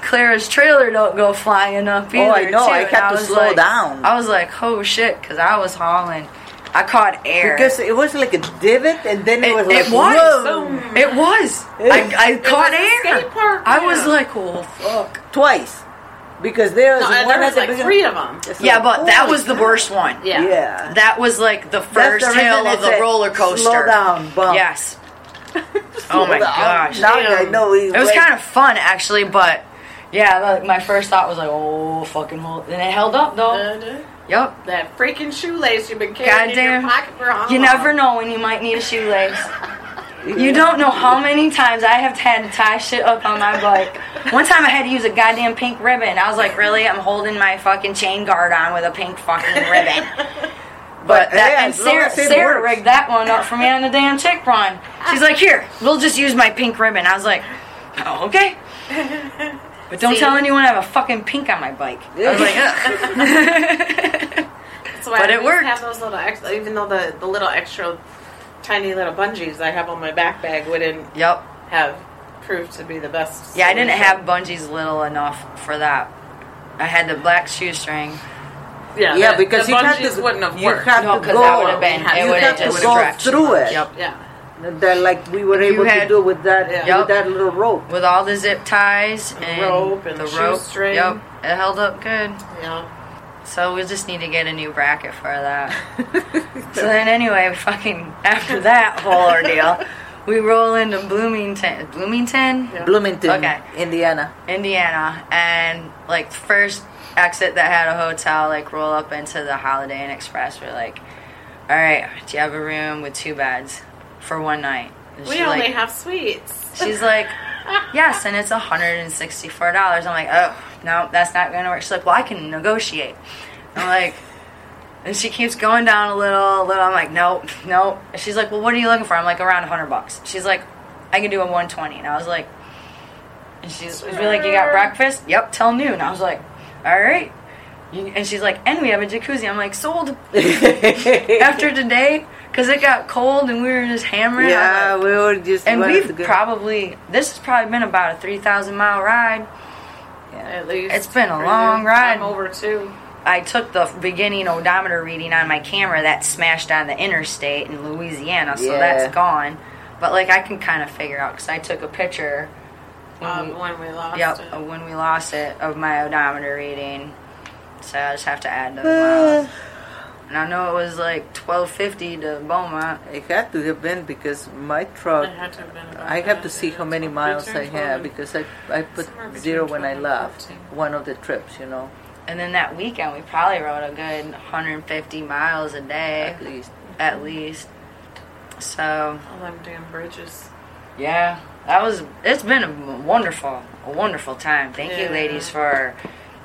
Speaker 1: Clara's trailer don't go flying up either.
Speaker 2: Oh, I know,
Speaker 1: Too.
Speaker 2: I
Speaker 1: And
Speaker 2: had to
Speaker 1: was
Speaker 2: slow
Speaker 1: like-
Speaker 2: down.
Speaker 1: I was like, oh shit, because I was hauling. I caught air.
Speaker 2: because it was like a divot, and then it, was like
Speaker 1: it was.
Speaker 2: whoa,
Speaker 1: It was. I, I caught
Speaker 3: was a
Speaker 1: air.
Speaker 3: skate park,
Speaker 1: I was
Speaker 3: yeah.
Speaker 1: like, oh, well, fuck.
Speaker 2: twice. Because there was
Speaker 3: No,
Speaker 2: one
Speaker 3: there
Speaker 2: at
Speaker 3: was
Speaker 2: the
Speaker 3: like
Speaker 2: beginning-
Speaker 3: three of them.
Speaker 2: It's
Speaker 1: Yeah,
Speaker 2: like,
Speaker 1: but that
Speaker 2: holy
Speaker 1: was the
Speaker 2: cow.
Speaker 1: worst one.
Speaker 3: Yeah.
Speaker 2: Yeah.
Speaker 1: That was like the
Speaker 2: That's
Speaker 1: first
Speaker 2: the
Speaker 1: tail
Speaker 2: reason
Speaker 1: of
Speaker 2: it
Speaker 1: the
Speaker 2: said,
Speaker 1: roller coaster.
Speaker 2: Slow down,
Speaker 1: <laughs>
Speaker 2: bump.
Speaker 1: Yes. oh my
Speaker 2: Slow down.
Speaker 1: gosh.
Speaker 2: Now I know we
Speaker 1: It was kind of fun actually, but yeah, like my first thought was like, oh fucking hold, and it held up though.
Speaker 3: Uh,
Speaker 1: Yep.
Speaker 3: That freaking shoelace you've been carrying in
Speaker 1: Goddamn.
Speaker 3: your pocket for how
Speaker 1: You
Speaker 2: Oh.
Speaker 3: long?
Speaker 1: never know when you might need a shoelace. You don't know how many times I have had to tie shit up on my bike One time I had to use a goddamn pink ribbon. I was like, really? I'm holding my fucking chain guard on with a pink fucking
Speaker 2: <laughs>
Speaker 1: ribbon. But
Speaker 2: But,
Speaker 1: that,
Speaker 2: hey,
Speaker 1: and
Speaker 2: as long
Speaker 1: Sarah,
Speaker 2: as it
Speaker 1: Sarah
Speaker 2: works.
Speaker 1: rigged that one up for me on the damn chick run. She's like, here, we'll just use my pink ribbon. I was like, oh, okay. But don't
Speaker 3: See?
Speaker 1: tell anyone I have a fucking pink on my bike. I was
Speaker 2: <laughs>
Speaker 1: like, "Ugh." <laughs>
Speaker 3: That's why
Speaker 1: But
Speaker 3: I
Speaker 1: it
Speaker 3: just
Speaker 1: worked.
Speaker 3: have those little extra, even though the, the little extra tiny little bungees I have on my back bag wouldn't
Speaker 1: yep.
Speaker 3: have proved to be the best.
Speaker 1: Yeah, I didn't
Speaker 3: solution.
Speaker 1: have bungees little enough for that. I had the black shoestring.
Speaker 3: Yeah,
Speaker 2: yeah,
Speaker 3: the-
Speaker 2: because
Speaker 3: the
Speaker 2: you
Speaker 3: bungees
Speaker 2: had to
Speaker 3: wouldn't have
Speaker 2: you
Speaker 3: worked.
Speaker 2: had
Speaker 1: No,
Speaker 2: to
Speaker 1: 'cause
Speaker 2: go.
Speaker 1: that would have been.
Speaker 3: had-
Speaker 1: It
Speaker 2: you
Speaker 1: would have
Speaker 2: had to
Speaker 1: just
Speaker 2: go
Speaker 1: stretched.
Speaker 2: through it.
Speaker 1: Yep.
Speaker 3: yeah.
Speaker 2: That like we were
Speaker 1: You
Speaker 2: able
Speaker 1: had-
Speaker 2: to do with that
Speaker 1: Yep.
Speaker 2: with that little rope.
Speaker 1: With all the zip ties and
Speaker 3: rope and
Speaker 1: the
Speaker 3: the
Speaker 1: rope.
Speaker 3: shoestring.
Speaker 1: Yep. It held up good.
Speaker 3: Yeah.
Speaker 1: So we just need to get a new bracket for
Speaker 3: <laughs>
Speaker 1: that. so then anyway, fucking after that whole ordeal, we roll into Bloomington, Bloomington,
Speaker 3: Yeah.
Speaker 2: Bloomington,
Speaker 1: Okay. <laughs>
Speaker 2: Indiana.
Speaker 1: Indiana, and like the first exit that had a hotel, like roll up into the Holiday Inn Express. We're like, all right, do you have a room with two beds for one night? And
Speaker 3: We
Speaker 1: she,
Speaker 3: only
Speaker 1: like,
Speaker 3: have sweets.
Speaker 1: She's like, yes, and it's $164. I'm like, oh, no, that's not going to work. She's like, well, I can negotiate. I'm like, and she keeps going down a little, a little. I'm like, nope, nope. And She's like, well, what are you looking for? I'm like, around 100 bucks. She's like, I can do a 120. And I was like, and she's she's like, you got breakfast? Yep, till noon. I was like, all right. You- And she's like, and we have a jacuzzi. I'm like, sold. After today, because it got cold and we were just hammering. I'm like,
Speaker 2: yeah, we were just
Speaker 1: and
Speaker 2: wanted
Speaker 1: we've
Speaker 2: to go-
Speaker 1: probably this has probably been about a three thousand mile ride.
Speaker 3: At least
Speaker 1: It's been a
Speaker 3: for
Speaker 1: long
Speaker 3: you.
Speaker 1: ride.
Speaker 3: I'm over two.
Speaker 1: I took the beginning odometer reading on my camera that smashed on the interstate in Louisiana, so
Speaker 2: Yeah.
Speaker 1: that's gone. But like I can kind of figure out because I took a picture.
Speaker 2: Mm-hmm.
Speaker 1: when we-
Speaker 3: Um, when we lost
Speaker 1: yep,
Speaker 3: it.
Speaker 2: Oh,
Speaker 1: of when we lost it of my odometer reading, so I just have to add those
Speaker 3: Uh.
Speaker 1: miles. And I know it was like twelve fifty to Beaumont.
Speaker 2: It had to have been because my
Speaker 3: It
Speaker 2: truck.
Speaker 1: Uh-huh.
Speaker 3: had to have been about
Speaker 2: I have
Speaker 3: that.
Speaker 2: to see how
Speaker 3: It's
Speaker 2: many
Speaker 3: between
Speaker 2: miles I
Speaker 3: 12
Speaker 2: have
Speaker 3: and-
Speaker 2: because I I put
Speaker 3: Somewhere between
Speaker 2: zero when I
Speaker 3: 12 and
Speaker 2: left
Speaker 3: 14.
Speaker 2: one of the trips. You know,
Speaker 1: And then that weekend we probably rode a good hundred and fifty miles a day.
Speaker 2: at least.
Speaker 1: at least. So
Speaker 3: all them damn bridges.
Speaker 1: yeah, that was. It's been a wonderful, a wonderful time. Thank you,
Speaker 3: Yeah.
Speaker 1: ladies, for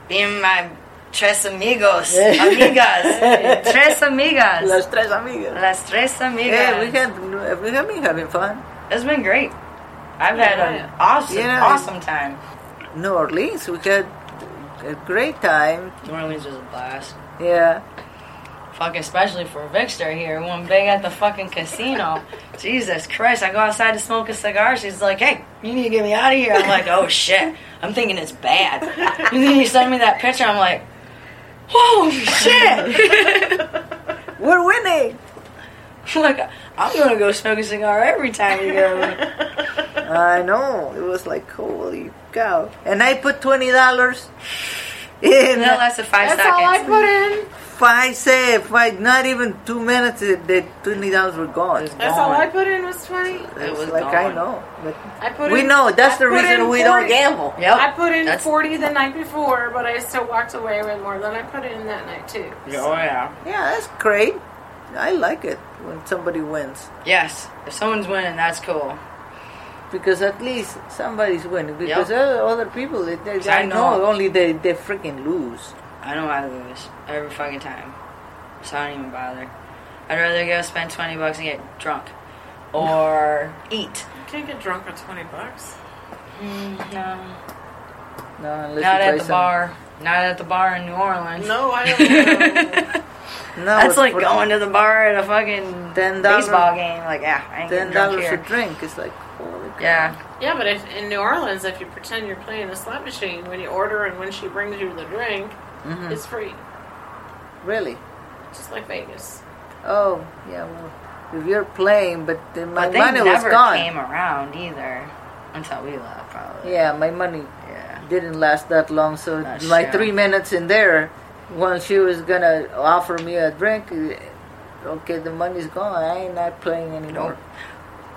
Speaker 1: being my tres amigos, <laughs> amigas,
Speaker 2: <laughs>
Speaker 1: tres amigas,
Speaker 2: Las tres amigas.
Speaker 1: las tres amigas.
Speaker 2: Yeah, we had we have been having fun.
Speaker 1: it's been great. I've had
Speaker 3: Yeah.
Speaker 1: an awesome,
Speaker 2: Yeah.
Speaker 1: awesome time.
Speaker 2: New Orleans, we had a great time.
Speaker 1: New Orleans was a blast.
Speaker 2: Yeah,
Speaker 1: Fuck, especially for Vixter here, one big at the fucking casino. Jesus Christ, I go outside to smoke a cigar. She's like, hey, you need to get me out of here. I'm like, oh shit. I'm thinking it's bad. And then you send me that picture, I'm like, holy shit. <laughs>
Speaker 2: we're winning.
Speaker 1: Look, I'm gonna go smoke a cigar every time you go.
Speaker 2: I know. It was like holy cow. And I put twenty dollars in.
Speaker 1: And that lasted five
Speaker 3: That's all I
Speaker 1: seconds.
Speaker 3: put in.
Speaker 2: Five say five, not even two minutes. The twenty dollars were gone.
Speaker 1: It's
Speaker 3: That's all I put in was twenty.
Speaker 1: It was
Speaker 2: like I
Speaker 1: gone.
Speaker 2: know, but
Speaker 3: I put.
Speaker 2: we
Speaker 3: in,
Speaker 2: know that's
Speaker 3: I
Speaker 2: the
Speaker 3: put
Speaker 2: reason
Speaker 3: in
Speaker 2: we don't
Speaker 3: 40.
Speaker 2: gamble.
Speaker 1: Yep.
Speaker 3: I put in
Speaker 1: Oh, That's-
Speaker 3: forty the night before, but I still walked away with more than I put in that night too.
Speaker 1: Oh yeah.
Speaker 2: Yeah, that's great. I like it when somebody wins
Speaker 1: Yes. If someone's winning, that's cool.
Speaker 2: because at least somebody's winning. Because o- other people, they, they,
Speaker 1: I
Speaker 2: I know,
Speaker 1: know.
Speaker 2: only they they freaking lose.
Speaker 1: I know I lose every fucking time, so I don't even bother. I'd rather go spend twenty bucks and get drunk, or eat.
Speaker 3: You can't get drunk on twenty bucks.
Speaker 1: no,
Speaker 2: No, unless you
Speaker 1: not
Speaker 2: try
Speaker 1: at the
Speaker 2: some-
Speaker 1: bar. Not at the bar in New Orleans.
Speaker 3: No, I don't. know.
Speaker 1: <laughs>
Speaker 2: No,
Speaker 1: That's
Speaker 2: but
Speaker 1: like
Speaker 2: for
Speaker 1: going to the bar at a fucking
Speaker 2: $10
Speaker 1: baseball game. Like, yeah, I ain't
Speaker 2: ten
Speaker 1: getting drunk
Speaker 2: dollars a
Speaker 1: here.
Speaker 2: drink is like holy. cow.
Speaker 1: Yeah,
Speaker 3: yeah, but if in New Orleans, if you pretend you're playing the slot machine when you order and when she brings you the drink,
Speaker 1: Hmm.
Speaker 2: Mhm.
Speaker 3: it's free,
Speaker 2: really.
Speaker 3: just like Vegas.
Speaker 2: Oh yeah, well, if you're playing, but the, my
Speaker 1: but they
Speaker 2: money was
Speaker 1: never
Speaker 2: gone.
Speaker 1: came around either until we left, probably.
Speaker 2: Yeah, my money
Speaker 1: yeah.
Speaker 2: didn't last that long. So
Speaker 1: That's
Speaker 2: my
Speaker 1: true.
Speaker 2: three minutes in there, when she was gonna offer me a drink, eh, okay, the money's gone. I ain't not playing anymore.
Speaker 1: Nope.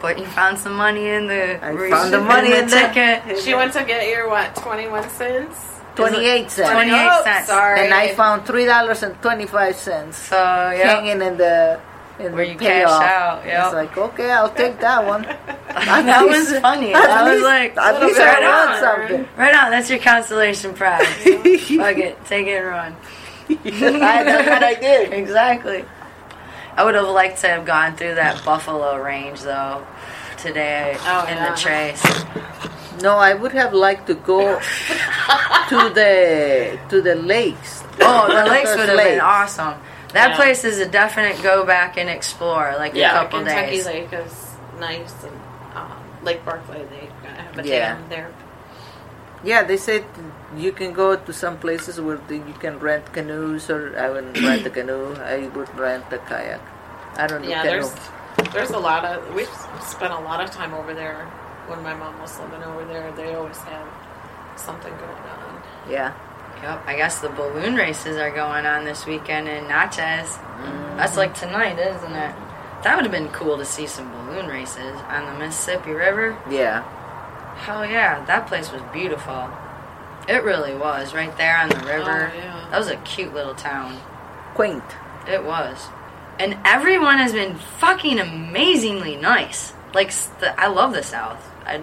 Speaker 1: But you found some money in the
Speaker 2: I
Speaker 1: receipt
Speaker 2: found the money
Speaker 1: and
Speaker 2: in there.
Speaker 1: ticket.
Speaker 3: She went to get your what, twenty one cents?
Speaker 2: Twenty-eight cents,
Speaker 1: 28
Speaker 3: Oh,
Speaker 1: cents.
Speaker 3: Sorry,
Speaker 2: and I found three dollars and twenty-five cents
Speaker 1: So yeah.
Speaker 2: hanging in the in
Speaker 1: Where
Speaker 2: the
Speaker 1: you cash
Speaker 2: payoff.
Speaker 1: out, yep. <laughs>
Speaker 2: It's like okay, I'll take that one.
Speaker 1: that was funny.
Speaker 2: At
Speaker 1: That was
Speaker 2: least-
Speaker 1: like
Speaker 2: At least
Speaker 1: right
Speaker 2: I
Speaker 1: on.
Speaker 2: want
Speaker 1: <laughs>
Speaker 2: something.
Speaker 1: Right on. That's your consolation
Speaker 2: <laughs>
Speaker 1: prize. Fuck it. Take it and run.
Speaker 2: I, that's what I did.
Speaker 1: Exactly. I would have liked to have gone through that buffalo range though today
Speaker 3: Oh,
Speaker 1: in
Speaker 3: yeah.
Speaker 1: the trace.
Speaker 2: No, I would have liked
Speaker 1: <laughs>
Speaker 2: to go to the to the lakes.
Speaker 1: Oh,
Speaker 2: <laughs>
Speaker 1: the lakes
Speaker 2: Those
Speaker 1: would have been
Speaker 2: lakes.
Speaker 1: awesome. That
Speaker 3: Yeah.
Speaker 1: place is a definite go back and explore, like
Speaker 3: Yeah,
Speaker 1: a couple
Speaker 3: Kentucky
Speaker 1: days.
Speaker 3: Lake is nice, and um, Lake Barclay they have a
Speaker 2: Yeah.
Speaker 3: dam there.
Speaker 2: Yeah, they said you can go to some places where the, you can rent canoes, or I
Speaker 1: <clears throat>
Speaker 2: wouldn't rent a canoe. I would rent a kayak. I don't know
Speaker 3: Yeah,
Speaker 2: canoe.
Speaker 3: there's there's a lot of we've spent a lot of time over there. When my mom was living over there, they always had something going on.
Speaker 2: Yeah,
Speaker 1: Yep, I guess the balloon races are going on this weekend in Natchez.
Speaker 3: Mm.
Speaker 1: That's like tonight, isn't it? That would have been cool to see some balloon races on the Mississippi River.
Speaker 2: yeah,
Speaker 1: Hell yeah, that place was beautiful. It really was, right there on the river.
Speaker 3: Oh, yeah.
Speaker 1: That was a cute little town.
Speaker 2: quaint.
Speaker 1: It was. And everyone has been fucking amazingly nice. Like, s- the, I love the South. I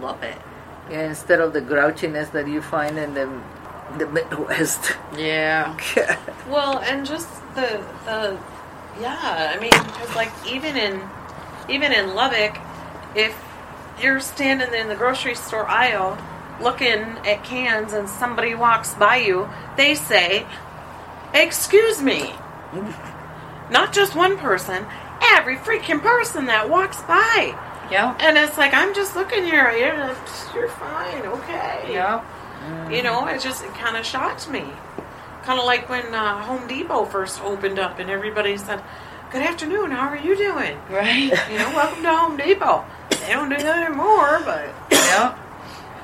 Speaker 1: love it.
Speaker 2: Yeah, instead of the grouchiness that you find in the the Midwest. <laughs>
Speaker 1: Yeah.
Speaker 3: Well, and just the the yeah, I mean, 'cause, like even in even in Lubbock, if you're standing in the grocery store aisle looking at cans and somebody walks by you, they say, "Excuse me." Not just one person, every freaking person that walks by.
Speaker 1: Yeah.
Speaker 3: And it's like, I'm just looking here. You're, you're fine. Okay.
Speaker 1: Yeah.
Speaker 3: You know, it just it kind of shocked me. Kind of like when uh, Home Depot first opened up and everybody said, Good afternoon, how are you doing? <coughs>
Speaker 1: Right?
Speaker 3: You know, welcome to Home Depot. They don't do that anymore, but
Speaker 1: yeah.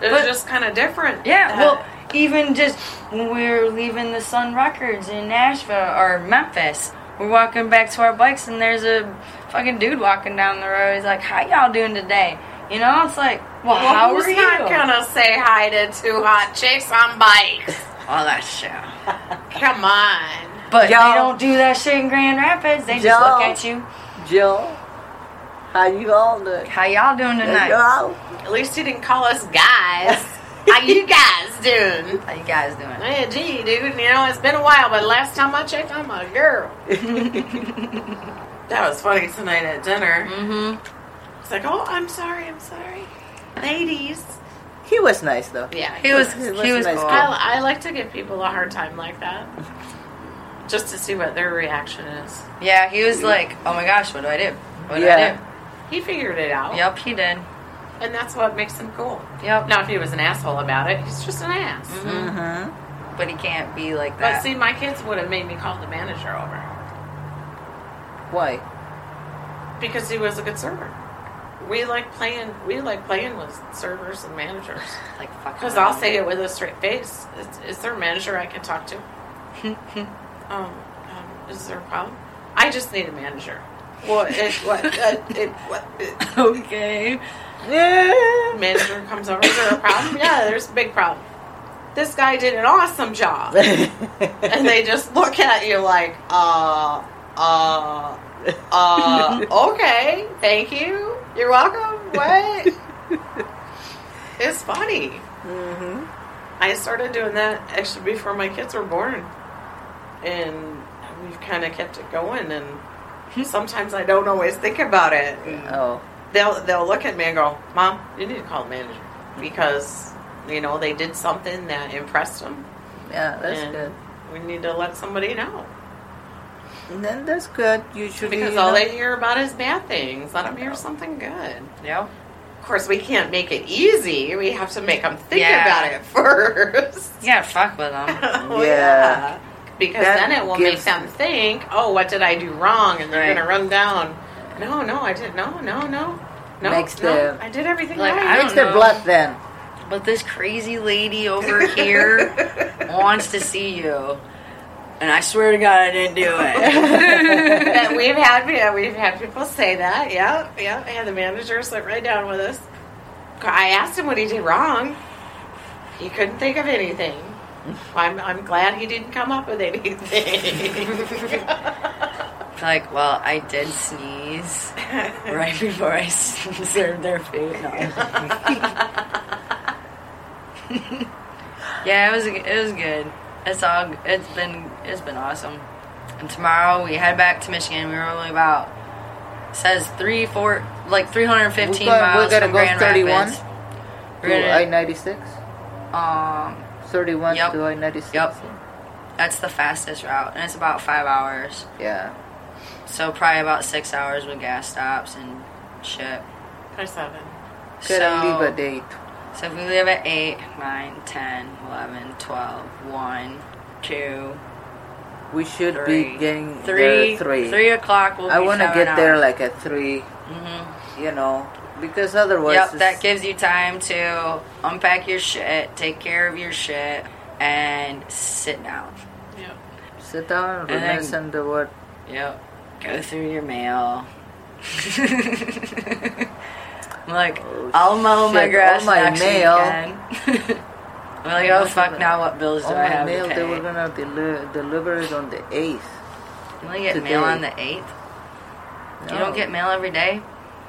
Speaker 3: it was
Speaker 1: But-
Speaker 3: just kind of different.
Speaker 1: Yeah,
Speaker 3: that-
Speaker 1: well, even just when we were leaving the Sun Records in Nashville or Memphis, we're walking back to our bikes and there's a fucking dude walking down the road. He's like, "How y'all doing today?" You know, it's like, "Well,
Speaker 3: Well,
Speaker 1: how
Speaker 3: who's
Speaker 1: are you?"
Speaker 3: not gonna say hi to two hot chicks on bikes?
Speaker 1: All that shit.
Speaker 3: Come on.
Speaker 1: But
Speaker 2: Y'all-
Speaker 1: they don't do that shit in Grand Rapids. They just
Speaker 2: Y'all-
Speaker 1: look at you.
Speaker 2: Jill, how you all doing?
Speaker 1: How y'all doing
Speaker 2: You
Speaker 1: tonight?
Speaker 2: all?
Speaker 3: At least he didn't call us guys. how you guys doing?
Speaker 1: How you guys doing?
Speaker 3: Hey, gee, dude, you know, it's been a while, but last time I checked, I'm a
Speaker 1: <laughs>
Speaker 3: girl. that was funny tonight at dinner.
Speaker 1: Mm-hmm.
Speaker 3: It's like, oh, I'm sorry, I'm sorry. Ladies.
Speaker 2: He was nice though.
Speaker 3: Yeah.
Speaker 1: He was
Speaker 2: It was
Speaker 1: he
Speaker 2: a
Speaker 1: was
Speaker 2: nice
Speaker 1: cool.
Speaker 2: guy.
Speaker 3: I, I like to give people a hard time like that just to see what their reaction is.
Speaker 1: Yeah, he was like, "Oh my gosh, what do I do? What do
Speaker 2: Yeah.
Speaker 3: He figured it
Speaker 1: I
Speaker 3: out.
Speaker 1: do?" Yep, he did.
Speaker 3: And that's what makes him cool.
Speaker 1: Yep.
Speaker 3: Now, if he was an asshole about it, he's just an ass.
Speaker 2: Mm-hmm.
Speaker 1: But he can't be like
Speaker 3: But
Speaker 1: that.
Speaker 3: see, my kids would have made me call the manager over
Speaker 2: Why?
Speaker 3: because he was a good server. We like playing. We like playing with servers and managers.
Speaker 1: like fuck.
Speaker 3: Because
Speaker 1: him.
Speaker 3: I'll say it with a straight face. Is, is there a manager I can <laughs> talk to? um, um, is there a problem? I just need a manager. Well, it, <laughs> what, uh, it,
Speaker 2: <laughs>
Speaker 3: what,
Speaker 1: <laughs>
Speaker 3: it-
Speaker 1: okay.
Speaker 2: Yeah.
Speaker 3: manager comes over. Is there a problem? Yeah, there's a big problem. This guy did an awesome <laughs> job, and they just look at you like, uh, uh, uh, okay, thank you. You're welcome. What? It's funny.
Speaker 2: hmm
Speaker 3: I started doing that actually before my kids were born. And we've kind of kept it going
Speaker 2: Hmm.
Speaker 3: and sometimes I don't always think about it.
Speaker 2: Oh.
Speaker 3: They'll they'll look at me and go, "Mom, you need to call the manager because you know they did something that impressed them.
Speaker 2: Yeah, that's
Speaker 3: and
Speaker 2: good.
Speaker 3: We need to let somebody know
Speaker 2: And then that's good. Usually,
Speaker 3: because
Speaker 2: you
Speaker 3: all
Speaker 2: know,
Speaker 3: they hear about is bad things. Let them hear something good.
Speaker 1: Yeah.
Speaker 3: Of course, we can't make it easy. We have to make them think
Speaker 1: Yeah.
Speaker 3: about it <laughs> first. <laughs>
Speaker 1: You gotta fuck with him.
Speaker 3: Well,
Speaker 2: Yeah.
Speaker 3: Because
Speaker 2: That
Speaker 3: then it will
Speaker 2: gives-
Speaker 3: make them think, oh, what did I do wrong? And they're
Speaker 1: Right.
Speaker 3: going to run down. No, no, I did. No, no, no. No,
Speaker 2: Makes
Speaker 3: no,
Speaker 2: the-
Speaker 3: I did everything
Speaker 1: Like,
Speaker 3: right.
Speaker 1: I
Speaker 3: <laughs>
Speaker 1: don't
Speaker 2: It's their
Speaker 1: know.
Speaker 2: blood then.
Speaker 1: But this crazy lady over here wants to see you. And I swear to God, I didn't do it.
Speaker 3: That we've had yeah, we've had people say that. Yeah, yeah. I had the manager sit right down with us. I asked him what he did wrong. He couldn't think of anything.
Speaker 1: <laughs> <laughs>
Speaker 3: I'm, I'm glad he didn't come up with anything.
Speaker 1: Like, well, I did sneeze right before I served their food. No. <laughs> yeah, it was it was good. It's all it's been it's been awesome. And tomorrow we head back to Michigan. We were only about says three four like 315
Speaker 2: We're gonna- we're
Speaker 1: miles
Speaker 2: gonna
Speaker 1: from
Speaker 2: go
Speaker 1: Grand
Speaker 2: 31?
Speaker 1: Rapids.
Speaker 2: To
Speaker 1: We're
Speaker 2: I
Speaker 1: gonna-
Speaker 2: ninety six,
Speaker 1: um,
Speaker 2: thirty one
Speaker 1: Yep.
Speaker 2: to I ninety six.
Speaker 1: Yep. that's the fastest route, and it's about five hours.
Speaker 2: Yeah.
Speaker 1: So probably about six hours with gas stops and shit.
Speaker 3: Or seven.
Speaker 2: Could I
Speaker 1: So-
Speaker 2: leave a date?
Speaker 1: So if we leave at 8, 9, 10, 11, 12, 1, 2,
Speaker 2: We should
Speaker 1: three.
Speaker 2: be getting
Speaker 1: three,
Speaker 2: there three.
Speaker 1: 3 o'clock will
Speaker 2: I
Speaker 1: be
Speaker 2: want to
Speaker 1: seven
Speaker 2: get there
Speaker 1: hours. Mm-hmm.
Speaker 2: like at three. You know, because otherwise,
Speaker 1: Yep, that
Speaker 2: it's-
Speaker 1: gives you time to unpack your shit, take care of your shit, and sit down.
Speaker 3: Yeah.
Speaker 2: sit down and
Speaker 1: and then-
Speaker 2: reminisce on the what
Speaker 1: Yep. Go through your mail. <laughs> I'm like,
Speaker 2: Oh,
Speaker 1: I'll mow my
Speaker 2: shit,
Speaker 1: grass
Speaker 2: all my
Speaker 1: next
Speaker 2: mail.
Speaker 1: weekend. <laughs> I'm like, oh fuck, now what bills do
Speaker 2: all
Speaker 1: I
Speaker 2: my
Speaker 1: have
Speaker 2: mail
Speaker 1: to
Speaker 2: they were
Speaker 1: pay?
Speaker 2: gonna deli- deliver it on the eighth.
Speaker 1: You only get mail
Speaker 2: today.
Speaker 1: on the 8th? You don't get mail every day?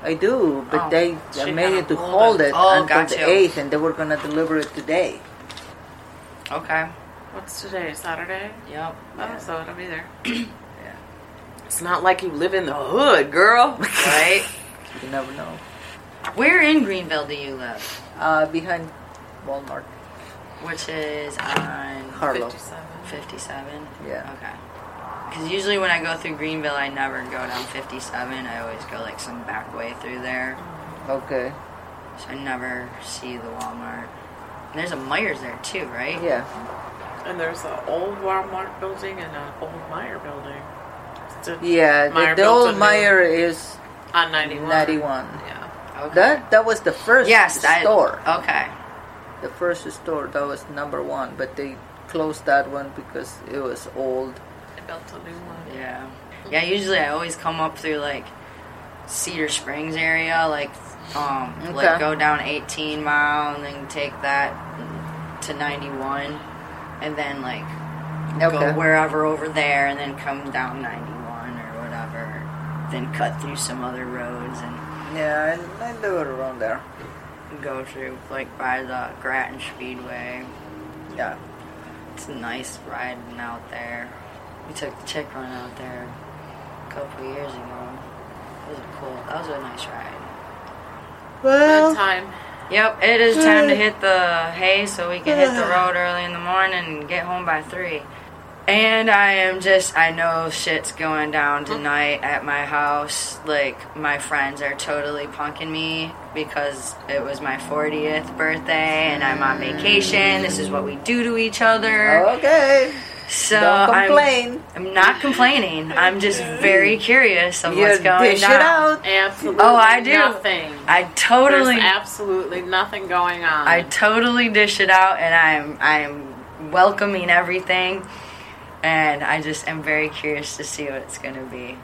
Speaker 2: I do, but
Speaker 1: Oh,
Speaker 2: they
Speaker 3: she
Speaker 2: I made
Speaker 3: had
Speaker 2: it to
Speaker 3: a hold
Speaker 2: hold
Speaker 3: on-
Speaker 2: it
Speaker 1: Oh,
Speaker 2: until
Speaker 1: got
Speaker 2: the
Speaker 1: you.
Speaker 2: eighth, and they were gonna deliver it today.
Speaker 1: Okay.
Speaker 3: What's today? Saturday?
Speaker 1: Yep.
Speaker 3: Oh, so it'll be <clears throat> there.
Speaker 2: Yeah.
Speaker 3: It's not like you live in the hood, <laughs> girl.
Speaker 1: Right?
Speaker 2: You never know.
Speaker 1: Where in Greenville do you live?
Speaker 2: Uh, behind Walmart,
Speaker 1: Which is on
Speaker 2: Harlow.
Speaker 1: 57?
Speaker 2: Yeah.
Speaker 1: Okay. Because usually when I go through Greenville, I never go down 57. I always go like some back way through there.
Speaker 2: Okay.
Speaker 1: So I never see the Walmart. And there's a Myers there too, right?
Speaker 2: Yeah.
Speaker 3: And there's an old Walmart building and an old Meyer building. It's a-
Speaker 2: Yeah.
Speaker 3: Meijer
Speaker 2: the, the
Speaker 3: built a
Speaker 2: old
Speaker 3: new-
Speaker 2: Meyer is
Speaker 3: on 91.
Speaker 2: ninety one.
Speaker 3: Yeah.
Speaker 1: Okay.
Speaker 2: That that was the first
Speaker 1: yes, that,
Speaker 2: store.
Speaker 1: Okay.
Speaker 2: The first store that was number one, but they closed that one because it was old.
Speaker 3: They built a new one.
Speaker 1: Yeah. Yeah, usually I always come up through like Cedar Springs area, like um
Speaker 2: Okay.
Speaker 1: like go down 18 mile and then take that to 91 and then like
Speaker 2: Okay.
Speaker 1: go wherever over there and then come down 91 or whatever. Then cut through some other roads and
Speaker 2: Yeah, and, and they were around there.
Speaker 1: go through like by the Grattan Speedway.
Speaker 2: Yeah.
Speaker 1: It's a nice riding out there. We took the chick run out there a couple years ago. It was a cool. That was a nice ride.
Speaker 3: Good time.
Speaker 1: Yep, it is time to hit the hay so we can
Speaker 2: <sighs>
Speaker 1: hit the road early in the morning and get home by three. And I am just, I know shit's going down tonight at my house. Like, my friends are totally punking me because it was my 40th birthday and I'm on vacation. This is what we do to each other.
Speaker 2: Okay.
Speaker 1: So
Speaker 2: Oh, Don't
Speaker 1: I'm-
Speaker 2: complain.
Speaker 1: I'm not complaining. I'm just very curious of
Speaker 2: you
Speaker 1: what's going
Speaker 2: dish
Speaker 1: on.
Speaker 2: it out.
Speaker 3: Absolutely
Speaker 1: Oh, I do.
Speaker 3: nothing.
Speaker 1: I totally,
Speaker 3: There's absolutely nothing going on.
Speaker 1: I totally dish it out, and I'm I'm welcoming everything, and I just am very curious to see what it's gonna be.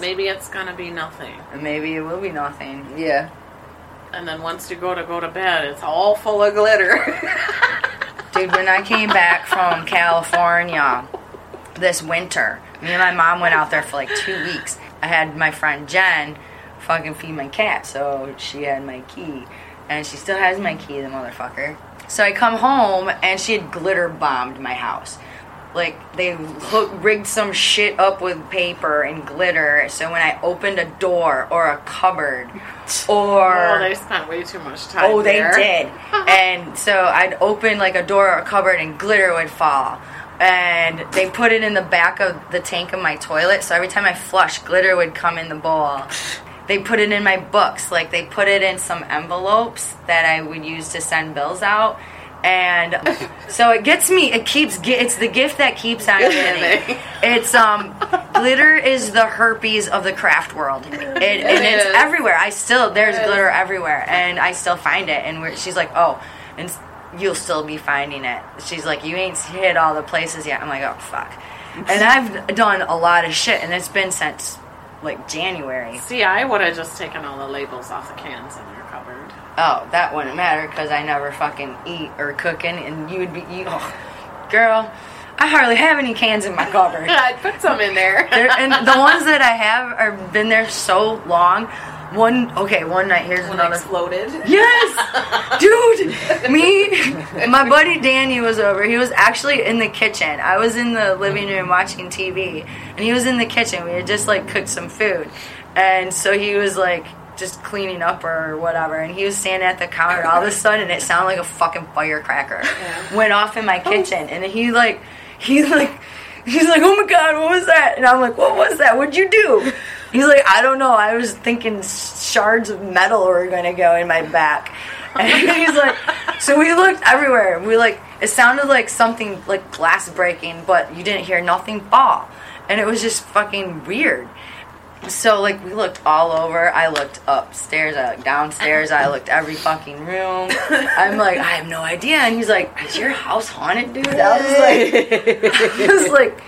Speaker 3: Maybe it's gonna be nothing.
Speaker 1: And maybe it will be nothing.
Speaker 2: Yeah.
Speaker 3: And then once you go to go to bed, it's all full of glitter.
Speaker 1: Dude, when I came back from California this winter, me and my mom went out there for like two weeks. I had my friend Jen fucking feed my cat, so she had my key. And she still has my key, the motherfucker. So I come home and she had glitter bombed my house. Like they hook, rigged some shit up with paper and glitter. So when I opened a door or a cupboard or
Speaker 3: oh, <laughs> they spent way too much time.
Speaker 1: Oh, they
Speaker 3: there.
Speaker 1: did. and so I'd open like a door or a cupboard and glitter would fall. And they put it in the back of the tank of my toilet. So every time I flush, glitter would come in the bowl. They put it in my books. Like they put it in some envelopes that I would use to send bills out. And so it gets me. It keeps. gi- It's the gift that keeps on giving. It's um, glitter is the herpes of the craft world. It, and it's
Speaker 3: is.
Speaker 1: everywhere. I still there's
Speaker 3: Yes.
Speaker 1: glitter everywhere, and I still find it. And we're, she's like, "Oh, and s- you'll still be finding it." She's like, "You ain't hit all the places yet." I'm like, "Oh fuck," and I've done a lot of shit, and it's been since like January.
Speaker 3: See, I would have just taken all the labels off the cans in your cupboard.
Speaker 1: Oh, that wouldn't matter because I never fucking eat or cooking, and you would be you, oh, girl. I hardly have any cans in my cupboard.
Speaker 6: I put some in there.
Speaker 1: They're- and the ones that I have are been there so long. One okay, one night here's
Speaker 3: When I
Speaker 1: another.
Speaker 3: exploded.
Speaker 1: Yes, dude. Me, my buddy Danny was over. He was actually in the kitchen. I was in the living room watching TV, and he was in the kitchen. We had just like cooked some food, and so he was like just cleaning up or whatever. And he was standing at the counter. All of a sudden, it sounded like a fucking firecracker went off in my kitchen, and he like he like. <laughs> He's like, oh my god, what was that? And I'm like, what was that? What'd you do? He's like, I don't know. I was thinking shards of metal were gonna go in my back. <laughs> And he's like, so we looked everywhere. We like, it sounded like something like glass breaking, but you didn't hear nothing fall. And it was just fucking weird. So like we looked all over. I looked upstairs. I looked downstairs. I looked every fucking <laughs> room. I'm like, I have no idea. And he's like, Is your house haunted, dude? I was like, <laughs> I was like,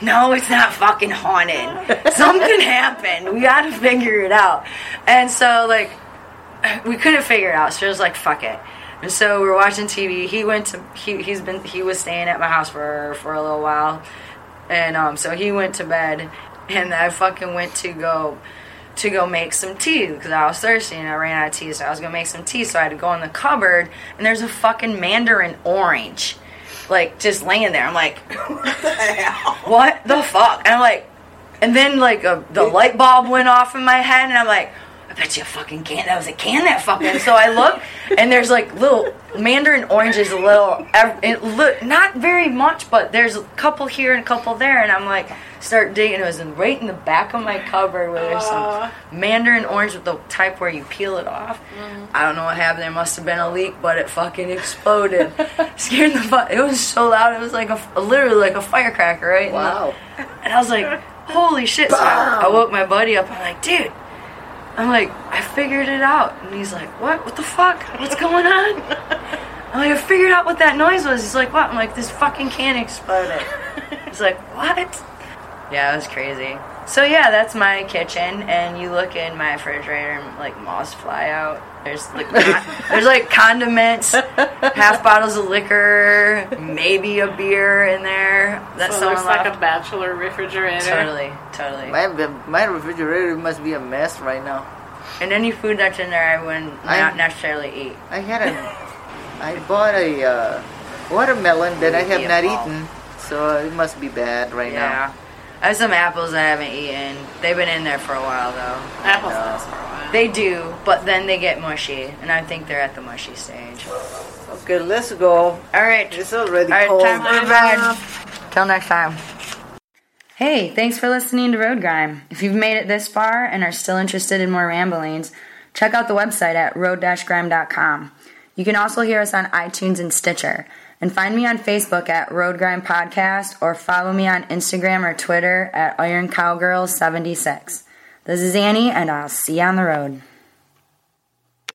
Speaker 1: no, it's not fucking haunted. Something happened. We gotta figure it out. And so, like, we couldn't figure it out. So I was like, fuck it. And so we were watching TV. He went to he he's been he was staying at my house for for a little while, and um so he went to bed, and I fucking went to go to go make some tea because I was thirsty and I ran out of tea, so I was gonna make some tea. So I had to go in the cupboard, and there's a fucking mandarin orange, like just laying there. I'm like, what the fuck? And I'm like, and then like a, the light bulb went off in my head, and I'm like, I bet you a fucking can. That was a can that fucking. So I look, and there's like little mandarin oranges, a little, ev- it look not very much, but there's a couple here and a couple there, and I'm like, start digging. It was in- right in the back of my cupboard where there's some mandarin orange with the type where you peel it off. I don't know what happened. There must have been a leak, but it fucking exploded. Scared the fuck. It was so loud. It was like a f- literally like a firecracker, right? And the-
Speaker 2: Wow.
Speaker 1: and I was like, holy shit. So I, I woke my buddy up. I'm like, dude. I'm like, I figured it out. And he's like, what? What the fuck? What's going on? I'm like, I figured out what that noise was. He's like, what? I'm like, this fucking can exploded. He's like, what? Yeah, it was crazy. So yeah, that's my kitchen, and you look in my refrigerator, and like moths fly out. There's like con- there's like condiments, half bottles of liquor, maybe a beer in there. That's
Speaker 6: so
Speaker 1: someone
Speaker 6: looks like
Speaker 1: left.
Speaker 6: a bachelor refrigerator.
Speaker 1: Totally, totally.
Speaker 2: My, my refrigerator must be a mess right now.
Speaker 1: And any food that's in there, I wouldn't
Speaker 2: I-
Speaker 1: not necessarily eat.
Speaker 2: I had a, I bought a uh, watermelon that I have not
Speaker 1: Beautiful.
Speaker 2: eaten, so it must be bad right now.
Speaker 1: Yeah. I have some apples I haven't eaten. They've been in there for a while though.
Speaker 6: Apples.
Speaker 2: No.
Speaker 6: for a while.
Speaker 1: They do, but then they get mushy, and I think they're at the mushy stage.
Speaker 2: Okay, let's go.
Speaker 1: All right.
Speaker 2: It's already
Speaker 1: All right,
Speaker 2: cold.
Speaker 1: time for bed. Till next time. Hey, thanks for listening to Road Grime. If you've made it this far and are still interested in more ramblings, check out the website at road-grime.com. You can also hear us on iTunes and Stitcher. And find me on Facebook at Road Grime Podcast or follow me on Instagram or Twitter at Iron Cowgirl76. This is Annie, and I'll see you on the road.